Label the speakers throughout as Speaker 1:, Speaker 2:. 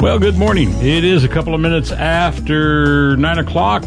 Speaker 1: Well, good morning. It is a couple of minutes after 9 o'clock.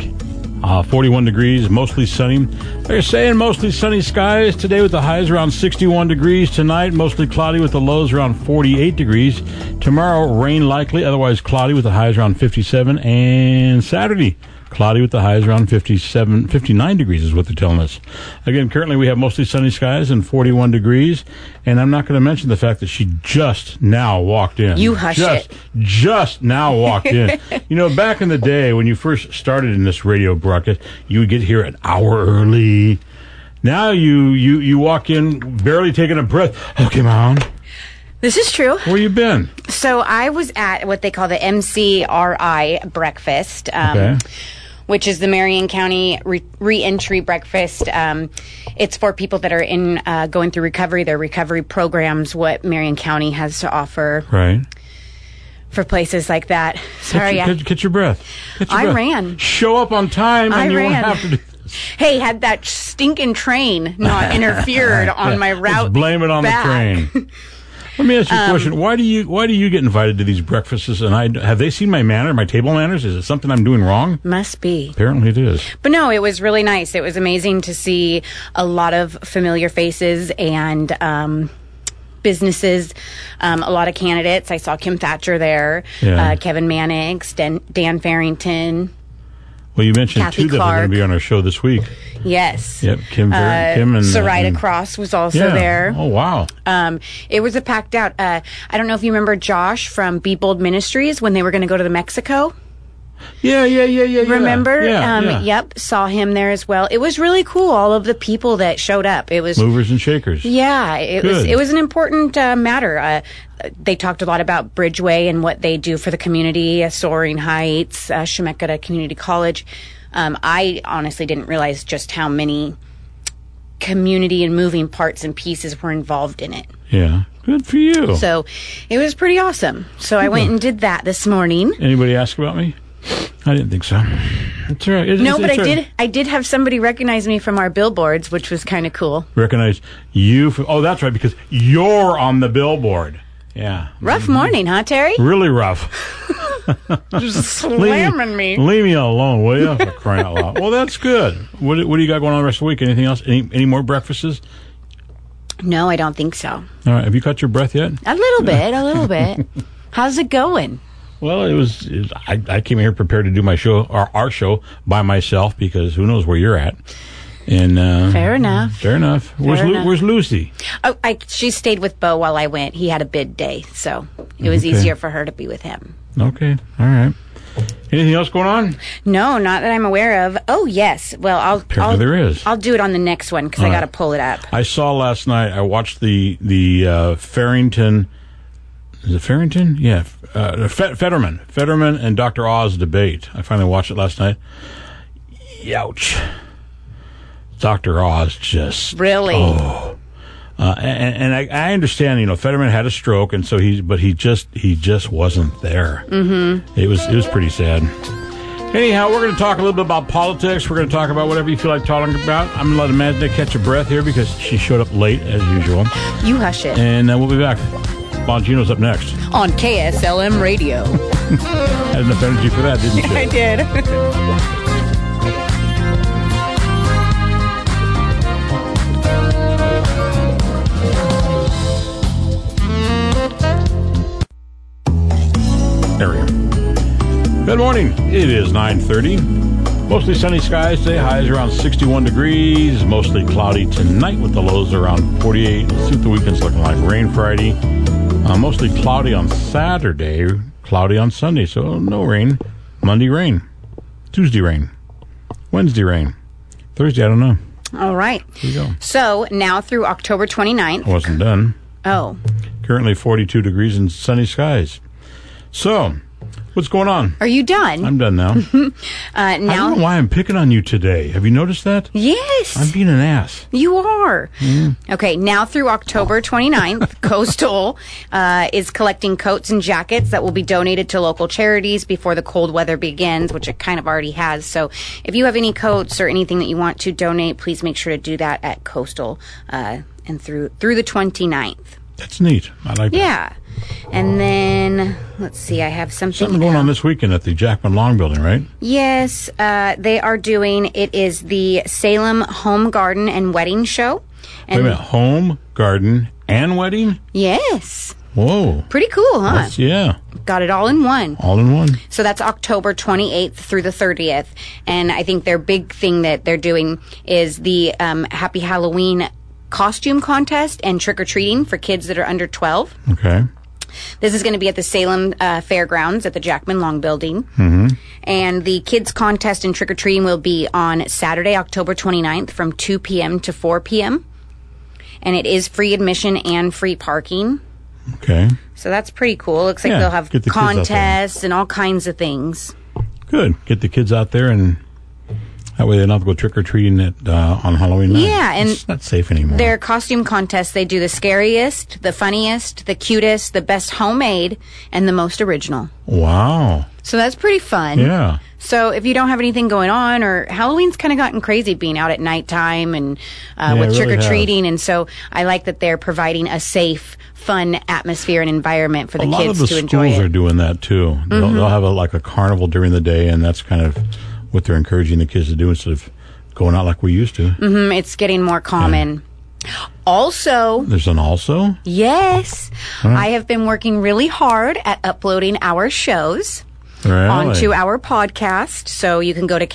Speaker 1: Uh, 41 degrees, mostly sunny. They're saying mostly sunny skies today with the highs around 61 degrees. Tonight, mostly cloudy with the lows around 48 degrees. Tomorrow, rain likely, otherwise cloudy with the highs around 57. And Saturday, cloudy with the highs around 57, 59 degrees is what they're telling us. Again, currently we have mostly sunny skies and 41 degrees. And I'm not going to mention the fact that she just now walked in.
Speaker 2: You hush
Speaker 1: Just
Speaker 2: it.
Speaker 1: just now walked in. you know, back in the day when you first started in this radio broadcast, you would get here an hour early. Now you you you walk in barely taking a breath. Okay, mom,
Speaker 2: This is true.
Speaker 1: where you been?
Speaker 2: So I was at what they call the MCRI breakfast, um,
Speaker 1: Okay.
Speaker 2: which is the Marion County re- Reentry Breakfast. Um, it's for people that are in uh, going through recovery, their recovery programs, what Marion County has to offer
Speaker 1: Right.
Speaker 2: for places like that.
Speaker 1: Get
Speaker 2: Sorry,
Speaker 1: your,
Speaker 2: I-
Speaker 1: get, get your breath. Get your
Speaker 2: I
Speaker 1: breath.
Speaker 2: ran.
Speaker 1: Show up on time, and
Speaker 2: I
Speaker 1: you
Speaker 2: ran.
Speaker 1: won't have to. Do this.
Speaker 2: hey, had that stinking train not interfered on my route?
Speaker 1: Let's blame it on
Speaker 2: back. Um,
Speaker 1: the train. Let me ask you a question. Why do you why do you get invited to these breakfasts? And I have they seen my manner, my table manners? Is it something I'm doing wrong?
Speaker 2: Must be.
Speaker 1: Apparently, it is.
Speaker 2: But no, it was really nice. It was amazing to see a lot of familiar faces and um, businesses, um, a lot of candidates. I saw Kim Thatcher there,
Speaker 1: Yeah.
Speaker 2: uh, Kevin Mannix, Dan, Dan Farrington.
Speaker 1: Well, you mentioned
Speaker 2: Kathy
Speaker 1: two that are going
Speaker 2: Clark.
Speaker 1: to be on our show this week.
Speaker 2: Yes.
Speaker 1: Yep, Kim, Ver-
Speaker 2: Uh,
Speaker 1: Kim, and
Speaker 2: Sarita
Speaker 1: and-
Speaker 2: Cross was also
Speaker 1: Yeah.
Speaker 2: there.
Speaker 1: Oh wow!
Speaker 2: Um, it was a packed out. Uh, I don't know if you remember Josh from Be Bold Ministries when they were going to go to the Mexico.
Speaker 1: Yeah, yeah, yeah, yeah. yeah.
Speaker 2: Remember?
Speaker 1: Yeah,
Speaker 2: um,
Speaker 1: yeah.
Speaker 2: Yep, saw him there as well. It was really cool. All of the people that showed up. It was
Speaker 1: Movers and shakers.
Speaker 2: Yeah, it was
Speaker 1: Good.
Speaker 2: it was an important uh, matter. Uh, they talked a lot about Bridgeway and what they do for the community, uh, Soaring Heights, uh, Shemeketa Community College. Um, I honestly didn't realize just how many community and moving parts and pieces were involved in it.
Speaker 1: Yeah. Good for you.
Speaker 2: So it was pretty awesome. So I went and did that this morning.
Speaker 1: Anybody ask about me? I didn't think so. It's all right. It-
Speaker 2: No,
Speaker 1: it's-
Speaker 2: but I
Speaker 1: it's all right.
Speaker 2: did. I did have somebody recognize me from our billboards, which was kind of cool.
Speaker 1: recognize you. For, oh, that's right, because you're on the billboard. Yeah.
Speaker 2: Rough morning, huh, Terry?
Speaker 1: Really rough.
Speaker 2: Just slamming me.
Speaker 1: Leave me alone, will you? For crying out loud. Well, that's good. What, do- what do you got going on the rest of the week? Anything else? Any, any more breakfasts?
Speaker 2: No, I don't think so.
Speaker 1: All right. Have you caught your breath yet?
Speaker 2: A little bit, a little bit. How's it going?
Speaker 1: Well, it was. It, I, I came here prepared to do my show, or our show, by myself because who knows where you're at. And uh,
Speaker 2: Fair enough.
Speaker 1: fair enough. where's Lu-
Speaker 2: enough.
Speaker 1: where's Lucy?
Speaker 2: Oh, I she stayed with Bo while I went. He had a bid day, so it was
Speaker 1: Okay.
Speaker 2: easier for her to be with him.
Speaker 1: Okay, all right. Anything else going on?
Speaker 2: No, not that I'm aware of. Oh yes, well I'll
Speaker 1: Apparently
Speaker 2: I'll,
Speaker 1: there is.
Speaker 2: I'll do it on the next one because I got to
Speaker 1: right.
Speaker 2: pull it up.
Speaker 1: I saw last night. I watched the the uh, Farrington. Is it Farrington? Yeah, uh, Fe- Fetterman, Fetterman, and Doctor Oz debate. I finally watched it last night. Youch! Doctor Oz just
Speaker 2: Really?
Speaker 1: Uh, and and I, I understand, you know, Fetterman had a stroke, and so he, but he just he just wasn't there. Mm-hmm. It was it was pretty sad. Anyhow, we're going to talk a little bit about politics. We're going to talk about whatever you feel like talking about. I'm going to let Amanda catch a breath here because she showed up late as usual,
Speaker 2: You hush it
Speaker 1: and uh, we'll be back. Bongino's up next.
Speaker 2: on KSLM Radio.
Speaker 1: Had enough energy for that, didn't you?
Speaker 2: did.
Speaker 1: area. Good morning. It is 9:30. Mostly sunny skies today. Highs around 61 degrees. Mostly cloudy tonight with the lows around 48. Let's see what the weekend's looking like. Rain Friday. Uh, mostly cloudy on Saturday. Cloudy on Sunday. So no rain. Monday rain. Tuesday rain. Wednesday rain. Thursday I don't know.
Speaker 2: All right.
Speaker 1: Here you go.
Speaker 2: So now through October 29th.
Speaker 1: I wasn't done.
Speaker 2: Oh,
Speaker 1: Currently 42 degrees and sunny skies. So what's going on?
Speaker 2: are you done?
Speaker 1: I'm done now.
Speaker 2: uh,
Speaker 1: I don't know
Speaker 2: now.
Speaker 1: why I'm picking on you today. Have you noticed that?
Speaker 2: Yes.
Speaker 1: I'm being an ass.
Speaker 2: You are. Okay, now through
Speaker 1: Oh.
Speaker 2: October 29th, Coastal uh, is collecting coats and jackets that will be donated to local charities before the cold weather begins, which it kind of already has. So if you have any coats or anything that you want to donate, please make sure to do that at Coastal uh, and through through the 29th.
Speaker 1: That's neat. I like that.
Speaker 2: Yeah. And then let's see, I have something.
Speaker 1: Something going on this weekend at the Jackman Long Building, right?
Speaker 2: Yes, uh, they are doing. It is the Salem Home Garden and Wedding Show.
Speaker 1: Wait
Speaker 2: And
Speaker 1: a minute. Home, garden, and wedding?
Speaker 2: yes,
Speaker 1: Whoa.
Speaker 2: pretty cool, huh?
Speaker 1: That's- yeah.
Speaker 2: Got it all in one.
Speaker 1: All in one.
Speaker 2: So that's October 28th through the 30th. And I think their big thing that they're doing is the um, Happy Halloween costume contest and trick or treating for kids that are under 12.
Speaker 1: Okay.
Speaker 2: This is going to be at the Salem uh, Fairgrounds at the Jackman Long Building. And the kids' contest and trick or treating will be on Saturday, October 29th from 2 p.m. to 4 p.m. And it is free admission and free parking.
Speaker 1: Okay.
Speaker 2: So that's pretty cool. Looks like
Speaker 1: Yeah,
Speaker 2: they'll have
Speaker 1: get the kids out there.
Speaker 2: contests and all kinds of things.
Speaker 1: Good. Get the kids out there and that way they don't have to go trick or treating at uh, on Halloween night.
Speaker 2: Yeah, and
Speaker 1: it's not safe anymore.
Speaker 2: Their costume contests, they do the scariest, the funniest, the cutest, the best homemade, and the most original.
Speaker 1: Wow.
Speaker 2: So that's pretty fun.
Speaker 1: Yeah.
Speaker 2: So if you don't have anything going on, or Halloween's kind of gotten crazy being out at nighttime and uh,
Speaker 1: Yeah, it
Speaker 2: with
Speaker 1: really
Speaker 2: trick or treating, and so I like that they're providing a safe, fun atmosphere and environment for the
Speaker 1: a lot of
Speaker 2: kids
Speaker 1: the
Speaker 2: to
Speaker 1: schools
Speaker 2: enjoy it. Mm-hmm.
Speaker 1: are doing that too. They'll, they'll have a, like a carnival during the day, and that's kind of what they're encouraging the kids to do instead of going out like we used to.
Speaker 2: Mm, it's getting more common. Also,
Speaker 1: There's an also.
Speaker 2: yes, I have been working really hard at uploading our shows.
Speaker 1: Really?
Speaker 2: onto our podcast. So you can go to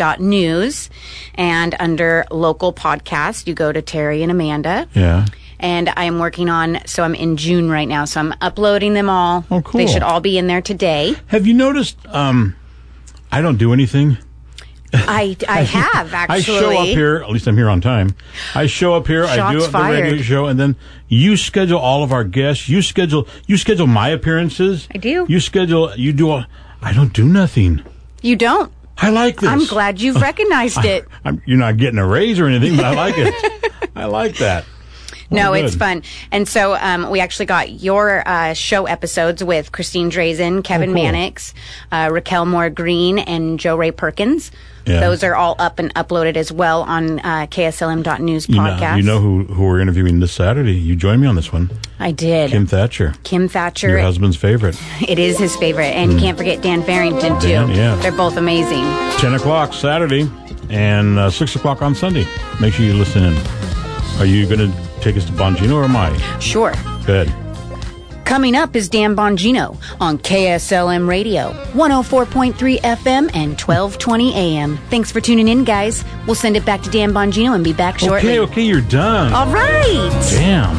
Speaker 2: kslm.news and under local podcast, you go to Terry and Amanda.
Speaker 1: yeah.
Speaker 2: And I am working on, so I'm in June right now. So I'm uploading them all.
Speaker 1: Oh, cool.
Speaker 2: They should all be in there today.
Speaker 1: Have you noticed? Um, I don't do anything.
Speaker 2: I, I have actually.
Speaker 1: I show up here. At least I'm here on time. I show up here. I do
Speaker 2: Shots
Speaker 1: the radio
Speaker 2: fired.
Speaker 1: show, and then you schedule all of our guests. You schedule. You schedule my appearances.
Speaker 2: I do.
Speaker 1: You schedule. You do. All, I don't do nothing.
Speaker 2: You don't.
Speaker 1: I like this.
Speaker 2: I'm glad you've recognized it.
Speaker 1: I'm, you're not getting a raise or anything, but I like it. I like that.
Speaker 2: No,
Speaker 1: Well,
Speaker 2: it's
Speaker 1: Oh, good.
Speaker 2: fun. And so um, we actually got your uh, show episodes with Christine Drazen, Kevin
Speaker 1: Oh, cool.
Speaker 2: Mannix, uh, Raquel Moore Green, and Joe Ray Perkins.
Speaker 1: Yeah.
Speaker 2: Those are all up and uploaded as well on uh, KSLM.news
Speaker 1: You
Speaker 2: podcast.
Speaker 1: know, you know who who we're interviewing this Saturday. You join me on this one,
Speaker 2: I did.
Speaker 1: Kim
Speaker 2: Kim,
Speaker 1: Thatcher,
Speaker 2: Thatcher.
Speaker 1: your husband's favorite.
Speaker 2: It is his favorite. And can't forget Dan Farrington, too.
Speaker 1: Dan, yeah.
Speaker 2: They're both amazing.
Speaker 1: Ten o'clock Saturday, and uh, six o'clock on Sunday. Make sure you listen in. Are you going to take us to Bongino or am I?
Speaker 2: Sure.
Speaker 1: Good.
Speaker 2: Coming up is Dan Bongino on KSLM Radio, 104.3 FM and 1220 AM. Thanks for tuning in, guys. We'll send it back to Dan Bongino and be back shortly.
Speaker 1: Okay, okay, you're done.
Speaker 2: All right.
Speaker 1: Damn.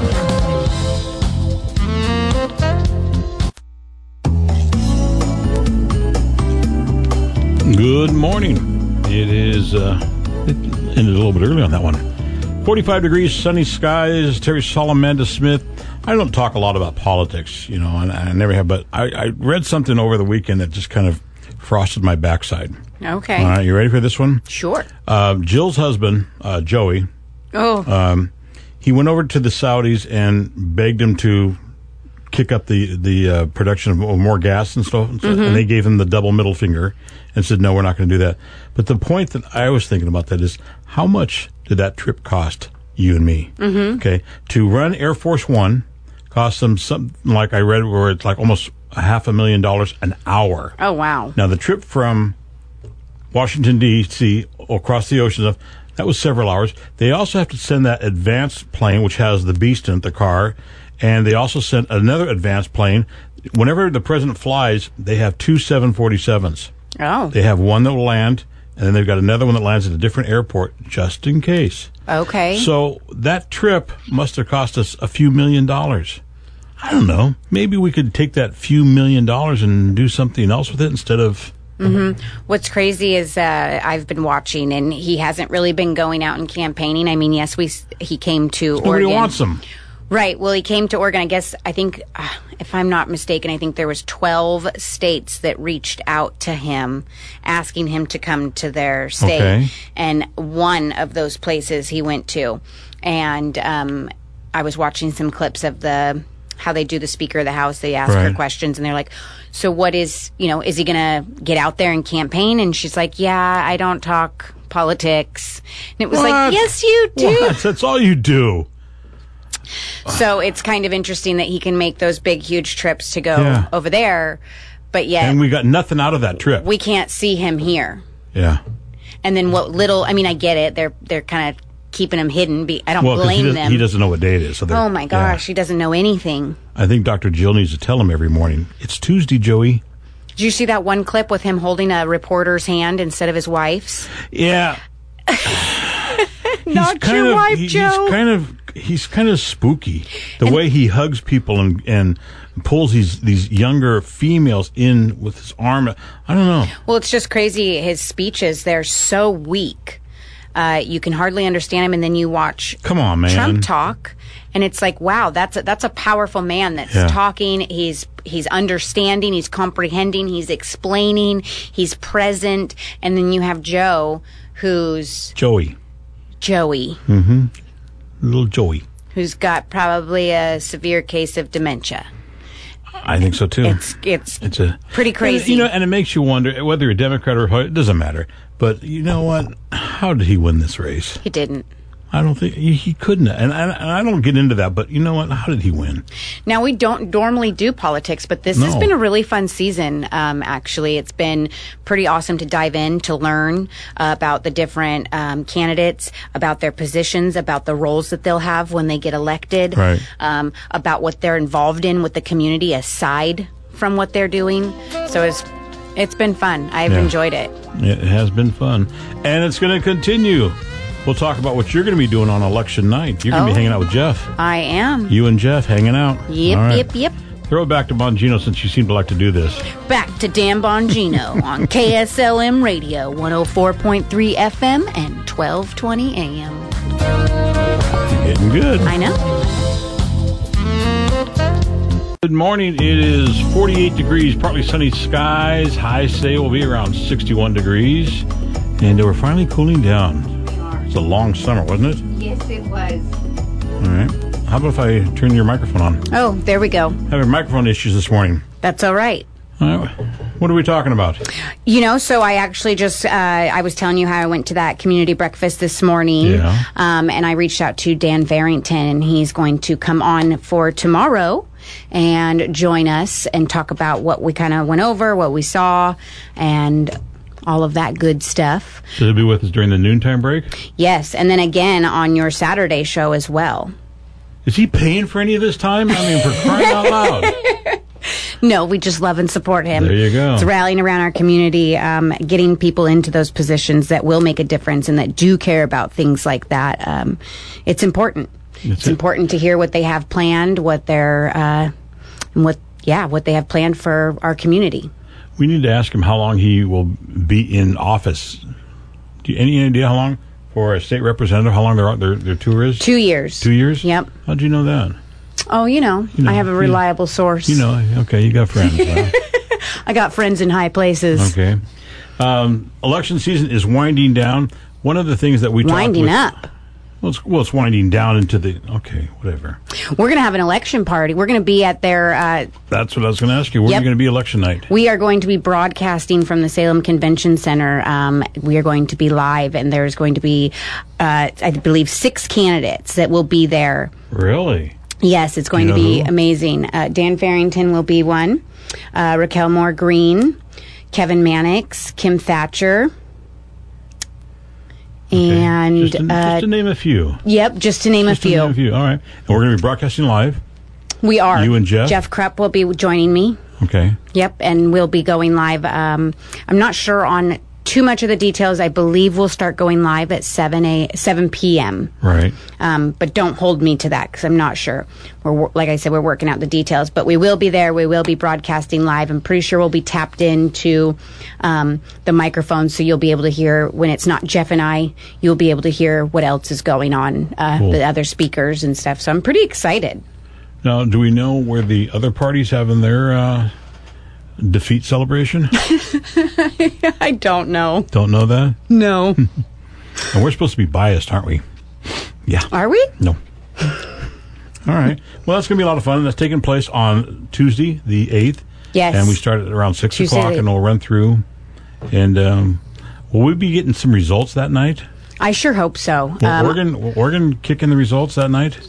Speaker 1: Good morning. It is uh, it ended a little bit early on that one. 45 degrees, sunny skies. Terry Solomanda Smith. I don't talk a lot about politics, you know, and I never have, but I, I read something over the weekend that just kind of frosted my backside.
Speaker 2: Okay.
Speaker 1: All right, you ready for this one?
Speaker 2: Sure.
Speaker 1: Uh, Jill's husband, uh, Joey, um,
Speaker 2: Oh,
Speaker 1: he went over to the Saudis and begged him to kick up the the uh, production of more gas and stuff, and, so- and they gave him the double middle finger and said, "No, we're not going to do that." But the point that I was thinking about that is, how much did that trip cost you and me? Mm-hmm. Okay, to run Air Force One cost them something like I read where it's like almost a half a million dollars an hour.
Speaker 2: oh wow.
Speaker 1: Now the trip from Washington D.C. across the ocean stuff that was several hours. They also have to send that advanced plane, which has the beast in it, the car, and they also sent another advanced plane. Whenever the president flies, they have two 747s.
Speaker 2: Oh.
Speaker 1: They have one that will land, and then they've got another one that lands at a different airport just in case.
Speaker 2: Okay.
Speaker 1: So that trip must have cost us a few million dollars. I don't know. Maybe we could take that few million dollars and do something else with it instead of
Speaker 2: What's crazy is uh, I've been watching, and he hasn't really been going out and campaigning. I mean, yes, we s- he came to
Speaker 1: nobody
Speaker 2: Oregon.
Speaker 1: wants them.
Speaker 2: Right. Well, he came to Oregon. I guess I think, uh, if I'm not mistaken, I think there was 12 states that reached out to him, asking him to come to their state.
Speaker 1: Okay.
Speaker 2: And one of those places he went to, and um, I was watching some clips of the how they do the Speaker of the House. They ask her
Speaker 1: Right.
Speaker 2: questions, and they're like, "So what is you know is he going to get out there and campaign?" And she's like, "Yeah, I don't talk." Politics, and it was
Speaker 1: What?
Speaker 2: like, yes, you do.
Speaker 1: What? That's all you do.
Speaker 2: So it's kind of interesting that he can make those big, huge trips to go
Speaker 1: Yeah.
Speaker 2: over there, but yet
Speaker 1: And
Speaker 2: we-,
Speaker 1: we got nothing out of that trip.
Speaker 2: can't see him here.
Speaker 1: yeah.
Speaker 2: And then what little? I mean, I get it. They're they're kind of keeping him hidden. Be- I don't
Speaker 1: Well, 'cause he,
Speaker 2: blame
Speaker 1: does,
Speaker 2: them.
Speaker 1: he doesn't know what day it is. So they're-
Speaker 2: oh my
Speaker 1: yeah.
Speaker 2: gosh, he doesn't know anything.
Speaker 1: I think Dr. Jill needs to tell him every morning. It's Tuesday, Joey.
Speaker 2: Did you see that one clip with him holding a reporter's hand instead of his wife's?
Speaker 1: Yeah.
Speaker 2: Not
Speaker 1: kind
Speaker 2: your
Speaker 1: of,
Speaker 2: wife,
Speaker 1: he-
Speaker 2: Joe.
Speaker 1: He's kind of he's kind of spooky. The way he hugs people and and pulls these these younger females in with his arm. I don't know.
Speaker 2: Well, it's just crazy. His speeches, they're so weak. Uh, you can hardly understand him. And then you watch
Speaker 1: Come on, man.
Speaker 2: Trump talk. And it's like, wow, that's a, that's a powerful man that's
Speaker 1: Yeah.
Speaker 2: talking. He's he's understanding, he's comprehending, he's explaining, he's present. And then you have Joe, who's
Speaker 1: Joey,
Speaker 2: Joey,
Speaker 1: little Joey.
Speaker 2: who's got probably a severe case of dementia.
Speaker 1: I think so too.
Speaker 2: It's it's
Speaker 1: It's a
Speaker 2: pretty crazy.
Speaker 1: you know, and it makes you wonder whether you're a Democrat or Republican. It doesn't matter. But you know what? How did he win this race?
Speaker 2: he didn't.
Speaker 1: I don't think he, he couldn't. And I, and I don't get into that. But you know what? How did he win?
Speaker 2: Now we don't normally do politics, but this has
Speaker 1: No.
Speaker 2: been a really fun season. Um, actually, it's been pretty awesome to dive in to learn uh, about the different um, candidates, about their positions, about the roles that they'll have when they get elected,
Speaker 1: Right.
Speaker 2: um, about what they're involved in with the community aside from what they're doing. So it's it's been fun. I've
Speaker 1: Yeah.
Speaker 2: enjoyed it.
Speaker 1: It has been fun, and it's going to continue. We'll talk about what you're going to be doing on election night. You're going to be
Speaker 2: Oh.
Speaker 1: hanging out with Jeff.
Speaker 2: I am.
Speaker 1: You and Jeff hanging out.
Speaker 2: Yep,
Speaker 1: All right.
Speaker 2: yep, yep.
Speaker 1: Throw it back to Bongino since you seem to like to do this.
Speaker 2: Back to Dan Bongino on KSLM Radio, 104.3 FM and 1220 AM.
Speaker 1: You're getting good.
Speaker 2: I know.
Speaker 1: Good morning. It is 48 degrees, partly sunny skies. Highs today will be around 61 degrees, and we're finally cooling down. It's a long summer, wasn't it?
Speaker 3: Yes, it was.
Speaker 1: All right. How about if I turn your microphone on?
Speaker 2: Oh, there we go.
Speaker 1: Having microphone issues this morning.
Speaker 2: That's all right.
Speaker 1: All right. What are we talking about?
Speaker 2: You know, so I actually just uh, I was telling you how I went to that community breakfast this morning,
Speaker 1: Yeah.
Speaker 2: um, and I reached out to Dan Farrington, and he's going to come on for tomorrow and join us and talk about what we kind of went over, what we saw, and all of that good stuff.
Speaker 1: So he'll be with us during the noontime break.
Speaker 2: Yes, and then again on your Saturday show as well.
Speaker 1: Is he paying for any of his time? I mean, for crying out loud.
Speaker 2: No, we just love and support him.
Speaker 1: There you go.
Speaker 2: It's rallying around our community, um, getting people into those positions that will make a difference and that do care about things like that. Um, it's important. it's
Speaker 1: it.
Speaker 2: important to hear what they have planned, what they're, uh, and what, yeah, what they have planned for our community.
Speaker 1: We need to ask him how long he will be in office. Do you any idea how long for a state representative? How long their their, their tour is?
Speaker 2: Two years.
Speaker 1: Two years.
Speaker 2: Yep.
Speaker 1: How'd you know that?
Speaker 2: Oh, you know,
Speaker 1: know,
Speaker 2: I have a
Speaker 1: you-
Speaker 2: reliable source.
Speaker 1: You know, okay, you got friends. huh?
Speaker 2: I got friends in high places.
Speaker 1: okay. Um, election season is winding down. One of the things that we talked
Speaker 2: Winding
Speaker 1: with-
Speaker 2: up.
Speaker 1: Well it's, well, it's winding down into the okay, whatever.
Speaker 2: We're going to have an election party. We're going to be at their uh,
Speaker 1: That's what I was going to ask you. Where are
Speaker 2: Yep.
Speaker 1: you going to be election night?
Speaker 2: We are going to be broadcasting from the Salem Convention Center. Um, we are going to be live, and there's going to be, uh, I believe, six candidates that will be there.
Speaker 1: Really?
Speaker 2: Yes, it's going
Speaker 1: You
Speaker 2: to
Speaker 1: know
Speaker 2: be
Speaker 1: who?
Speaker 2: amazing. Uh, Dan Farrington will be one, uh, Raquel Moore Green, Kevin Mannix, Kim Thatcher.
Speaker 1: Okay.
Speaker 2: And
Speaker 1: just to,
Speaker 2: uh,
Speaker 1: just to name a few.
Speaker 2: yep, just to name
Speaker 1: Just
Speaker 2: a
Speaker 1: to
Speaker 2: few,
Speaker 1: name a few. All right, and we're going to be broadcasting live.
Speaker 2: we are
Speaker 1: You and Jeff?
Speaker 2: Jeff Krupp will be joining me.
Speaker 1: Okay.
Speaker 2: Yep, and we'll be going live. Um, I'm not sure on too much of the details. I believe we'll start going live at 7 a 7 p.m.
Speaker 1: Right.
Speaker 2: Um, but don't hold me to that because I'm not sure. We're wor- like I said, we're working out the details, but we will be there. We will be broadcasting live. I'm pretty sure we'll be tapped into um, the microphone, so you'll be able to hear when it's not Jeff and I. You'll be able to hear what else is going on, uh,
Speaker 1: Cool.
Speaker 2: the other speakers and stuff. So I'm pretty excited.
Speaker 1: Now, do we know where the other parties having their uh, defeat celebration?
Speaker 2: I don't know.
Speaker 1: Don't know that.
Speaker 2: No,
Speaker 1: And we're supposed to be biased, aren't we? Yeah.
Speaker 2: are we?
Speaker 1: No. All right. Well, that's going to be a lot of fun. That's taking place on Tuesday, the 8th.
Speaker 2: Yes.
Speaker 1: And we start at around 6
Speaker 2: Tuesday,
Speaker 1: o'clock,
Speaker 2: the
Speaker 1: and we'll run through. And um, will we be getting some results that night?
Speaker 2: I sure hope so.
Speaker 1: Will
Speaker 2: Um,
Speaker 1: Oregon, will Oregon kicking the results that night?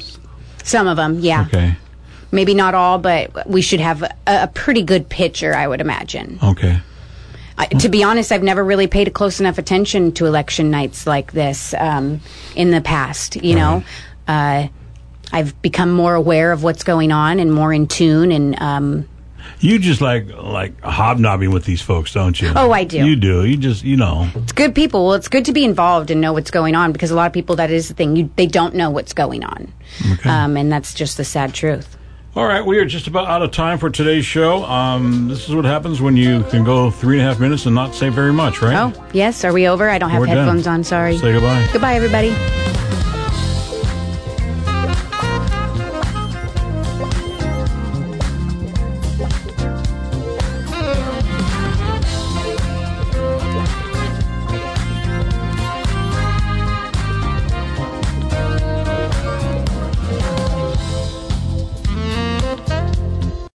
Speaker 2: Some of them, yeah.
Speaker 1: Okay.
Speaker 2: Maybe not all, but we should have a, a pretty good picture, I would imagine.
Speaker 1: Okay.
Speaker 2: I, to be honest, I've never really paid close enough attention to election nights like this um, in the past. You know, uh, I've become more aware of what's going on and more in tune. And um,
Speaker 1: You just like like hobnobbing with these folks, don't you?
Speaker 2: Oh, I do.
Speaker 1: You do. You just you know.
Speaker 2: it's good people. Well, it's good to be involved and know what's going on because a lot of people that is the thing you, they don't know what's going on, um, and that's just the sad truth.
Speaker 1: All right, we are just about out of time for today's show. Um, this is what happens when you can go three and a half minutes and not say very much, right?
Speaker 2: Oh yes, are we over? I don't have
Speaker 1: We're done.
Speaker 2: headphones on. Sorry.
Speaker 1: Say goodbye.
Speaker 2: Goodbye, everybody.